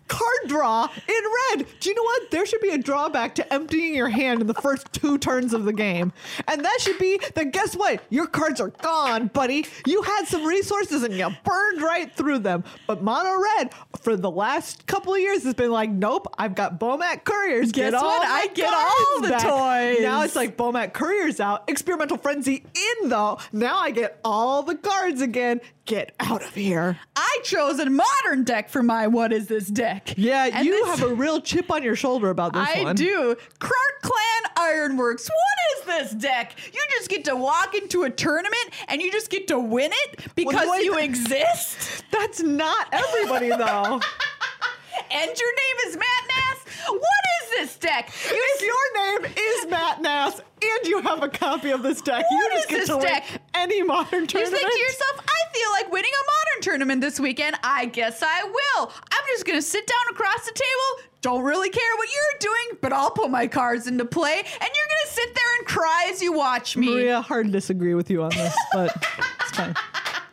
Card draw in red. Do you know what? There should be a drawback to emptying your hand in the first two turns of the game. And that should be that guess what? Your cards are gone, buddy. You had some resources and you burned right through them. But mono red for the last couple of years has been like, nope, I've got Bomac Couriers. Guess all what? my I get all cards the back. toys. Now it's like Bomac Couriers out, Experimental Frenzy in though. Now I get all the cards again. Get out of here. I chose a modern deck for my what is this deck. Yeah, And you this- have a real chip on your shoulder about this I one. do. Crart Clan Ironworks. What is this deck? You just get to walk into a tournament and you just get to win it because do I- you exist That's not everybody though. and your name is Matt Nass. What is this deck? You if your name is Matt Nass and you have a copy of this deck, you What just is get this to win deck? any modern You tournament. think to yourself, I feel like winning a modern tournament this weekend. I guess I will. I'm just going to sit down across the table. Don't really care what you're doing, but I'll put my cards into play, and you're going to sit there and cry as you watch me. Maria, hard to disagree with you on this, but it's fine.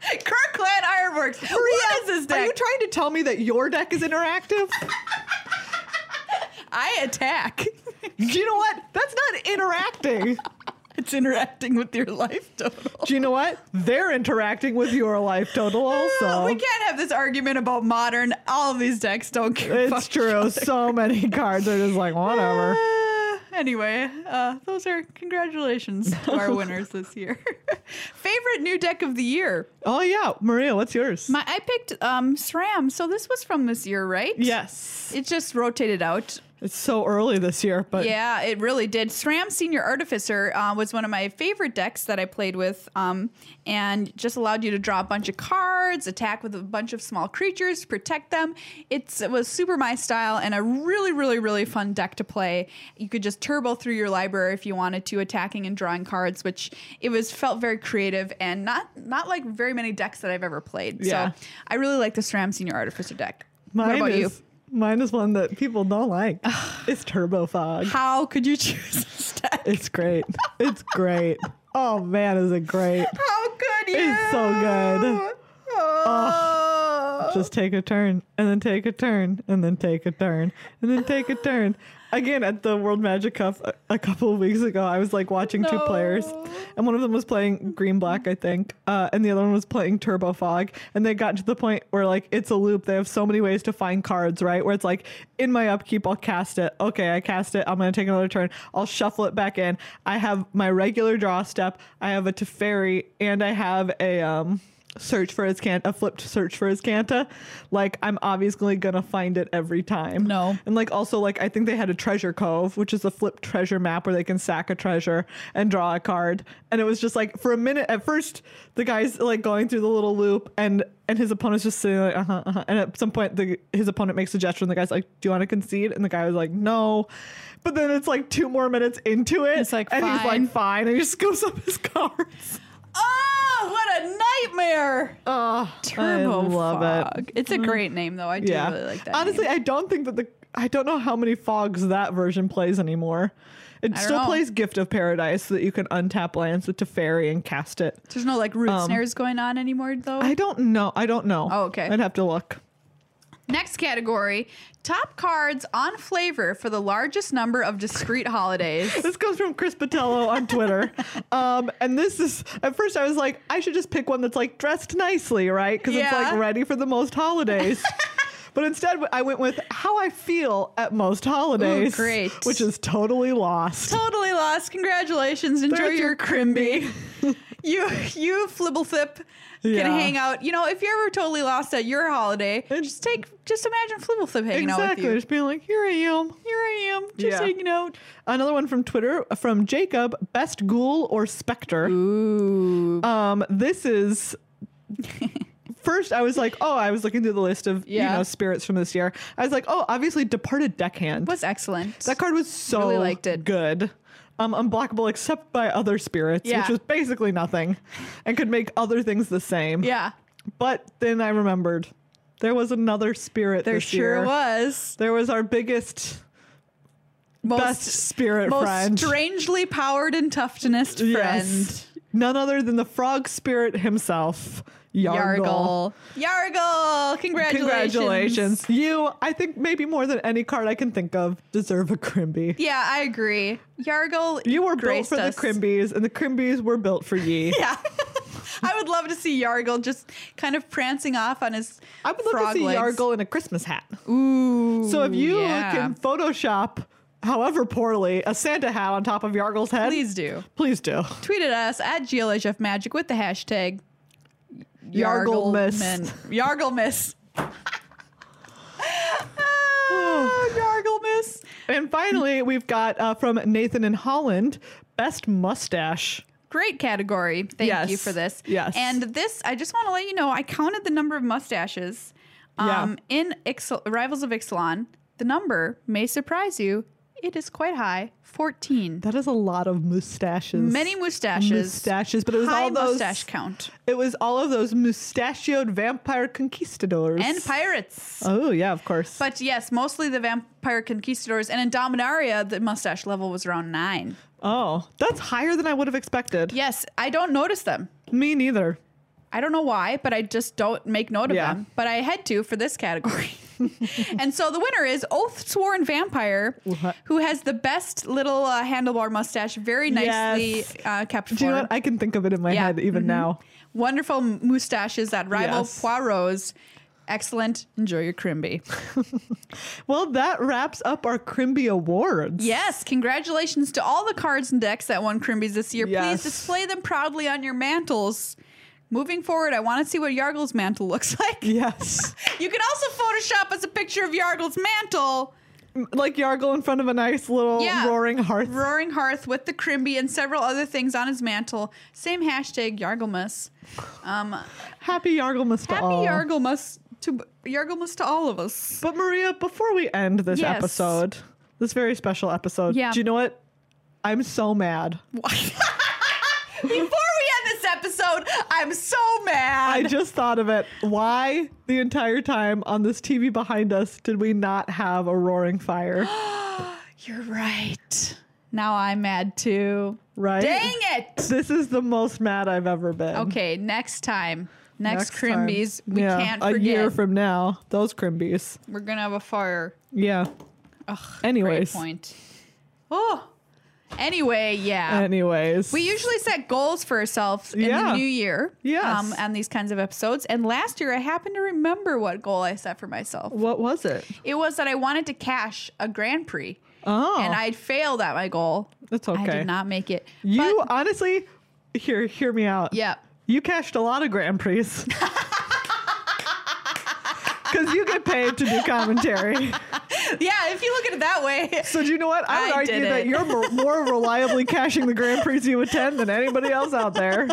Kirkland Ironworks. what is this Are you deck? trying to tell me that your deck is interactive? I attack. Do you know what? That's not interacting. it's interacting with your life total. Do you know what? They're interacting with your life total also. Uh, we can't have this argument about modern. All of these decks don't care. it's true. So many cards are just like, whatever. Uh, anyway, uh, those are congratulations to our winners this year. Favorite new deck of the year? Oh, yeah. Maria, what's yours? My, I picked um, SRAM, so this was from this year, right? yes. It just rotated out. It's so early this year, but Yeah, it really did. SRAM Senior Artificer uh, was one of my favorite decks that I played with um, and just allowed you to draw a bunch of cards, attack with a bunch of small creatures, protect them. It's, it was super my style and a really, really, really fun deck to play. You could just turbo through your library if you wanted to, attacking and drawing cards, which it was felt very creative and not, not like very many decks that I've ever played. Yeah. So I really like the SRAM Senior Artificer deck. mine what about is you? mine is one that people don't like. it's Turbo Fog. How could you choose this deck? It's great. It's great. Oh man, is it great? How could you? It's so good. Oh. Just take a turn and then take a turn and then take a turn and then take a turn. Again, at the World Magic Cup a, a couple of weeks ago, I was like watching two players, No. and one of them was playing Green Black, I think, uh, and the other one was playing Turbo Fog. And they got to the point where like it's a loop. They have so many ways to find cards, right? Where it's like in my upkeep, I'll cast it. Okay, I cast it. I'm gonna take another turn. I'll shuffle it back in. I have my regular draw step. I have a Teferi, and I have a um. Search for his canta, a flipped search for his canta. Like, I'm obviously gonna find it every time. No. And like also like I think they had a treasure cove, which is a flipped treasure map where they can sack a treasure and draw a card. And it was just like for a minute at first the guy's like going through the little loop and and his opponent's just sitting like uh-huh, uh-huh. and at some point the his opponent makes a gesture and the guy's like, "Do you want to concede?" And the guy was like, "No." But then it's like two more minutes into it, It's like, and he's "Fine." like, "Fine," and he just scoops up his cards. Oh, what a nightmare. Oh, Turbo I love it. Fog. It's a great name, though. I do yeah. really like that. Honestly, name. I don't think that the I don't know how many fogs that version plays anymore. It don't still know. plays Gift of Paradise so that you can untap lands with Teferi and cast it. there's no like root snares going on anymore, though. I don't know. I don't know. Oh, okay. I'd have to look. Next category top cards on flavor for the largest number of discrete holidays. This comes from Chris Patello on Twitter. um, and this is, at first I was like, I should just pick one that's like dressed nicely, right? Because it's Yeah. like ready for the most holidays. but instead, I went with how I feel at most holidays. great. Which is totally lost. Totally lost. Congratulations. Enjoy There's your your crimby. you you flibblethip can Yeah. hang out. You know, if you're ever totally lost at your holiday, just take just imagine flibblethip hanging out with exactly. you. Just being like, here I am. Here I am, Yeah. just hanging out. Another one from Twitter uh, from Jacob: best ghoul or specter. Ooh. Um, this is first I was like, oh, I was looking through the list of you Yeah. know spirits from this year. I was like, oh, obviously Departed Deckhand. was excellent. That card was so Really liked it. good. Um, unblockable except by other spirits, Yeah. which was basically nothing, and could make other things the same. yeah, But then I remembered there was another spirit. there this sure year. was. There was our biggest, Most best spirit most friend. strangely powered and toughnessed friend. Yes. None other than the frog spirit himself, Yargle. Yargle. Yargle. Congratulations. Congratulations. You, I think maybe more than any card I can think of, deserve a Crimby. Yeah, I agree. Yargle. You were built graced for us. the Crimbies, and the Crimbies were built for ye. Yeah. I would love to see Yargle just kind of prancing off on his I would love frog to see legs. Yargle in a Christmas hat. Ooh. So if you yeah. can Photoshop, however poorly, a Santa hat on top of Yargle's head, please do. please do. Tweet at us at GLHF Magic with the hashtag Yarglemas. Yargleman- Yarglemas. Ah, Yarglemas. And finally, we've got uh, from Nathan in Holland, best mustache. Great category. Thank Yes. you for this. Yes. And this, I just want to let you know, I counted the number of mustaches Yeah. um, in Ixal- Rivals of Ixalan. The number may surprise you. It is quite high 14. That is a lot of mustaches. Many mustaches. Mustaches, but it was high all those. mustache count. It was all of those mustachioed vampire conquistadors And pirates. Oh yeah, of course. But yes, mostly the vampire conquistadors. And in Dominaria, the mustache level was around nine. oh, that's higher than I would have expected. Yes, I don't notice them. Me neither. I don't know why, but I just don't make note of Yeah. them. But I had to for this category. and so the winner is Oath Sworn Vampire, What? who has the best little uh, handlebar mustache, very nicely Yes. uh, kept Do you know form. what? I can think of it in my Yeah, Mm-hmm. head even now. Wonderful mustaches that rival Yes. Poirot's. Excellent. Enjoy your crimby. Well, that wraps up our Crimby Awards. Yes, congratulations to all the cards and decks that won Crimbies this year. Yes. Please display them proudly on your mantles. Moving forward, I want to see what Yargle's mantle looks like. Yes. You can also Photoshop us a picture of Yargle's mantle, like Yargle in front of a nice little Yeah. roaring hearth. roaring hearth with the crimby and several other things on his mantle. Same hashtag Yarglemus. Um, Happy Yarglemas to happy all. Yarglemus to Yarglemus to all of us. but Maria, before we end this Yes. episode, this very special episode, Yeah. do you know what? I'm so mad. Before we end this episode, I'm so I mad. just thought of it. Why the entire time on this TV behind us did we not have a roaring fire? You're right. Now I'm mad too. Right? Dang it! This is the most mad I've ever been. Okay, next time. Next, time. Crimbies, we Yeah, can't A forget. year from now, those Crimbies. We're gonna have a fire. Yeah. Ugh, Anyways. Great point. Oh. Anyway, yeah. Anyways. we usually set goals for ourselves in Yeah. the new year. Yes. on these kinds of episodes. And last year I happened to remember what goal I set for myself. what was it? It was that I wanted to cash a Grand Prix. Oh. And I'd failed at my goal. That's I okay. did not make it. You but, honestly, hear hear me out. yeah. You cashed a lot of Grand Prix. Because you get paid to do commentary. Yeah, if you look at it that way. So do you know what? I would I argue did that it. you're more, more reliably cashing the Grand Prix you attend than anybody else out there.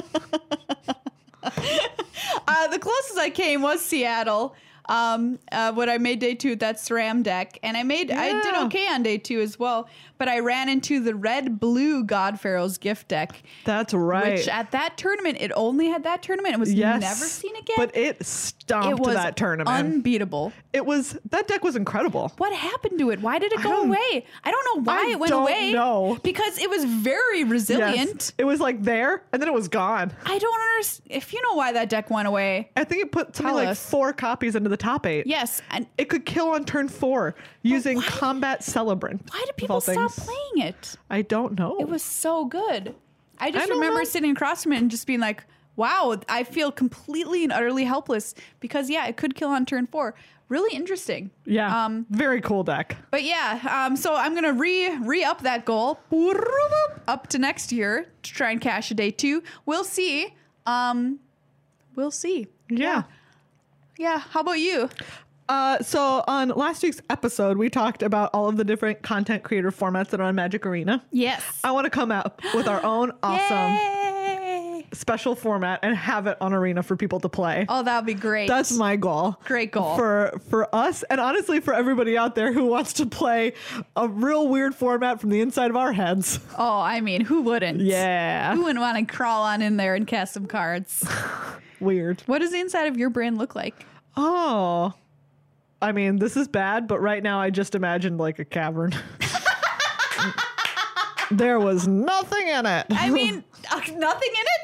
Uh, the closest I came was Seattle. Um, uh, what I made day two, that's SRAM deck, and I made I did Yeah. okay on day two as well. But I ran into the red blue God Pharaoh's gift deck, That's right. which at that tournament it only had that tournament. It was yes. never seen again. But it it stomped was that tournament. unbeatable. it was that deck was incredible. What happened to it? Why did it go don't- away? I don't know why I it went don't away. know. because it was very Yes. resilient. It was like there and then it was gone. I don't understand. If you know why that deck went away, I think it put something Tell like us. four copies into the top eight. yes, and It could kill on turn four using why- combat celebrant. why do of all people stop things. playing it? I don't know. It was so good. I just don't remember know. sitting across from it and just being like, wow, I feel completely and utterly helpless because, yeah, it could kill on turn four. Really interesting. yeah, Um, very cool deck. but yeah, um, so I'm gonna re re up that goal up to next year to try and cash a day two. We'll see. Um, we'll see. Yeah. Yeah. How about you? Uh, so on last week's episode, we talked about all of the different content creator formats that are on Magic Arena. Yes. I want to come out with our own awesome Yay! special format and have it on Arena for people to play. Oh, that would be great. That's my goal. Great goal. for for us and honestly for everybody out there who wants to play a real weird format from the inside of our heads. oh, I mean, who wouldn't? Yeah. Who wouldn't want to crawl on in there and cast some cards? Weird. what does the inside of your brain look like? Oh. I mean, this is bad, but right now I just imagined like a cavern. there was nothing in it. I mean, uh, nothing in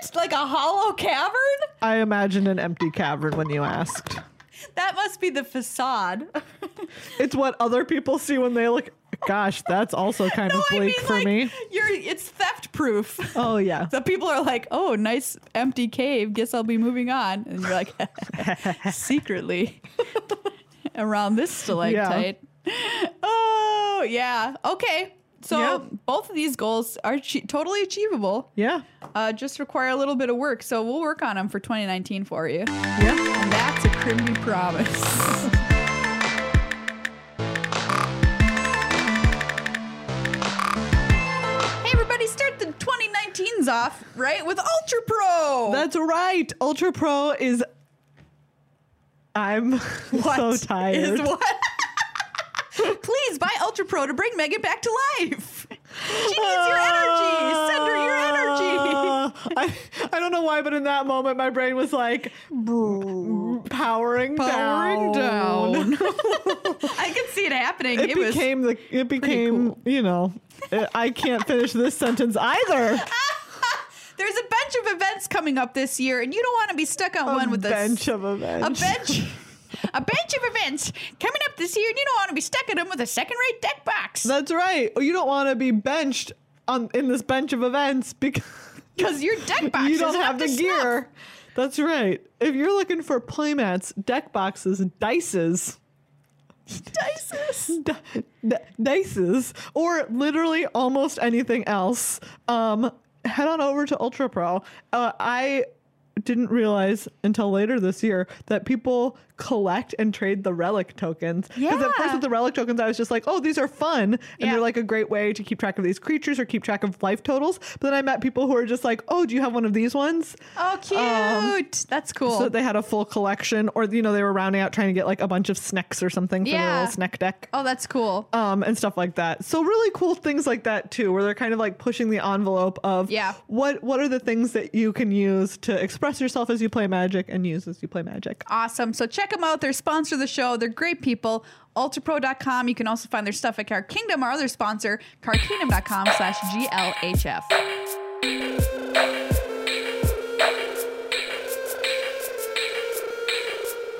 it? Like a hollow cavern? I imagined an empty cavern when you asked. That must be the facade. It's what other people see when they look. Gosh, that's also kind of bleak for like, me. You're, it's theft proof. Oh yeah. So people are like, "Oh, nice empty cave. Guess I'll be moving on." And you're like, secretly around this stalactite. Oh yeah. Okay. So Yeah. both of these goals are chi- totally achievable. Yeah. Uh, just require a little bit of work. So we'll work on them for 2019 for you. Yeah. And that's a crimby promise. hey everybody, start the 2019s off, right? With Ultra Pro! That's right. Ultra Pro is. I'm so What tired. is what? Please buy Ultra Pro to bring Megan back to life. She needs your energy. Send her your energy. Uh, I, I don't know why, but in that moment, my brain was like powering, Powering down. down. I can see it happening. It, It, was became the. It became cool. you know. I- I can't finish this sentence either. There's a bunch of events coming up this year, and you don't want to be stuck on one with a a bench s- of a bench. a bench. A bench of events coming up this year, and you don't want to be stuck in them with a second-rate deck box That's right. Oh, You don't want to be benched on in this bench of events because. because your deck box you is don't up have the to gear. That's right. If you're looking for playmats, deck boxes, dices, snuff. Dices. d- d- dices, or literally almost anything else, um, head on over to Ultra Pro. Uh, I didn't realize until later this year that people collect and trade the relic tokens. at Yeah. first with the relic tokens, I was just like, oh, these are fun. And Yeah. they're like a great way to keep track of these creatures or keep track of life totals. But then I met people who are just like, oh, do you have one of these ones? Oh, cute. That's cool. Um, So they had a full collection, or you know, they were rounding out trying to get like a bunch of snacks or something for their Yeah. little snack deck, oh, that's cool. um, and stuff like that. So really cool things like that too, where they're kind of like pushing the envelope of Yeah. what what are the things that you can use to express yourself as you play Magic and use as you play Magic. Awesome. So check them out. They're sponsor of the show. They're great people. Ultrapro.com. You can also find their stuff at Card Kingdom, our other sponsor, cardkingdom.com slash GLHF.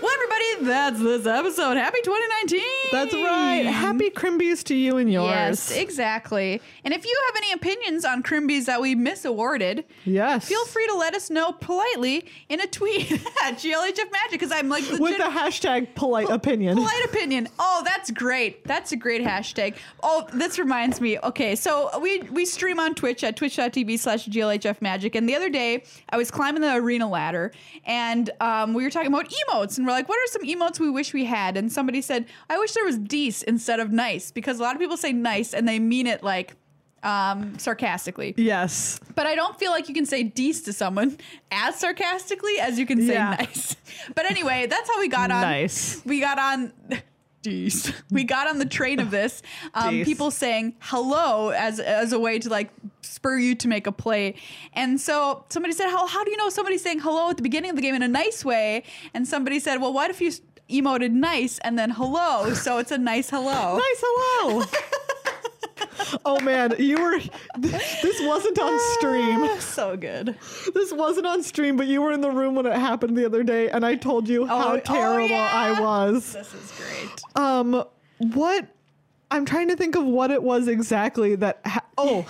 Well, everybody, that's this episode. Happy 2019. That's right. Happy Crimbies to you and yours. Yes, exactly. And if you have any opinions on Crimbies that we misawarded, Yes. feel free to let us know politely in a tweet at GLHF Magic because I'm like legit- with the hashtag polite opinion. Polite opinion. Oh, that's great. That's a great hashtag. Oh, this reminds me. Okay, so we we stream on Twitch at twitch.tv slash GLHF Magic. And the other day, I was climbing the arena ladder and um, we were talking about emotes. And we're like, what are some emotes we wish we had? And somebody said, I wish there was Deece instead of nice because a lot of people say nice and they mean it like um, sarcastically. Yes. But I don't feel like you can say deece to someone as sarcastically as you can say Yeah. nice. But anyway, that's how we got on. Nice. We got on. Deece. We got on the train of this. Um, Deece. people saying hello as as a way to like spur you to make a play. And so somebody said, "How how do you know somebody's saying hello at the beginning of the game in a nice way?" And somebody said, "Well, what if you s- emoted nice and then hello? So it's a nice hello." Nice hello. oh man, you were. th- This wasn't on stream. so good. This wasn't on stream, but you were in the room when it happened the other day, and I told you oh, how terrible yeah. I was. This is great. Um, what? I'm trying to think of what it was exactly that. Ha- oh,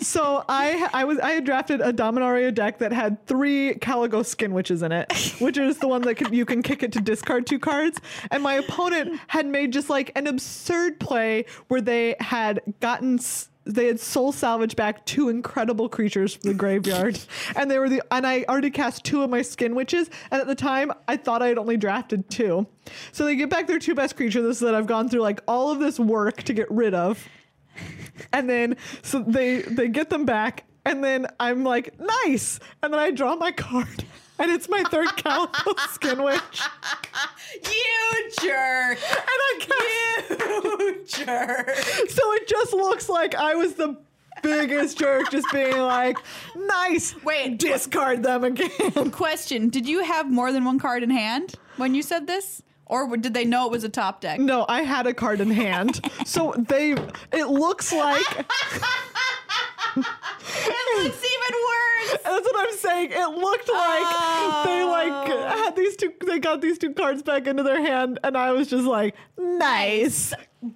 so I I was I had drafted a Dominaria deck that had three Caligo Skin Witches in it, which is the one that can, you can kick it to discard two cards. And my opponent had made just like an absurd play where they had gotten. S- they had soul salvaged back two incredible creatures from the graveyard, and they were the and I already cast two of my skin witches, and at the time I thought I had only drafted two, so they get back their two best creatures that I've gone through like all of this work to get rid of, and then so they they get them back And then I'm like, nice. And then I draw my card. And it's my third calico skin witch. You jerk. And I cast You jerk. So it just looks like I was the biggest jerk, just being like, nice. Wait. discard them again. Question Did you have more than one card in hand when you said this? Or did they know it was a top deck? No, I had a card in hand. So they, it looks like, It looks even worse. that's what I'm saying. It looked like they like had these two, they got these two cards back into their hand. And I was just like, nice.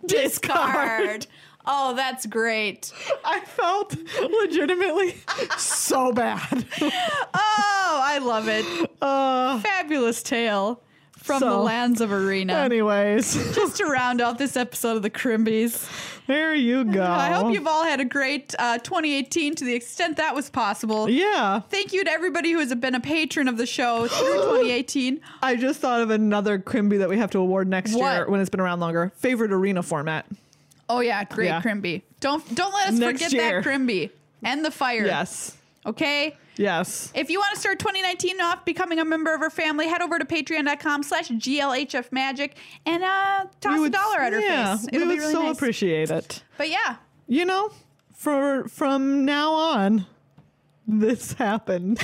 Discard. Card. Oh, that's great. I felt legitimately so bad. Oh, I love it. Uh, Fabulous tale from the So, lands of Arena. anyways, Just to round out this episode of the Crimbies. there you go. I hope you've all had a great uh, 2018 to the extent that was possible. Yeah. Thank you to everybody who has been a patron of the show through 2018. I just thought of another Crimby that we have to award next What? year when it's been around longer. Favorite arena format. Oh yeah, great Yeah. Crimby. Don't don't let us Next forget year. that Crimby and the fire. Yes. Okay. Yes. If you want to start 2019 off becoming a member of our family, head over to patreon.com slash glhfmagic and uh, toss a dollar at her yeah, face. We It'll would be really so nice. appreciate it. But yeah, You know, for from now on, this happened.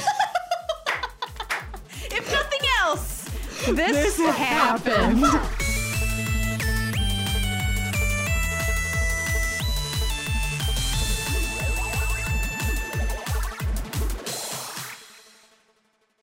if nothing else, this, This happened. happened.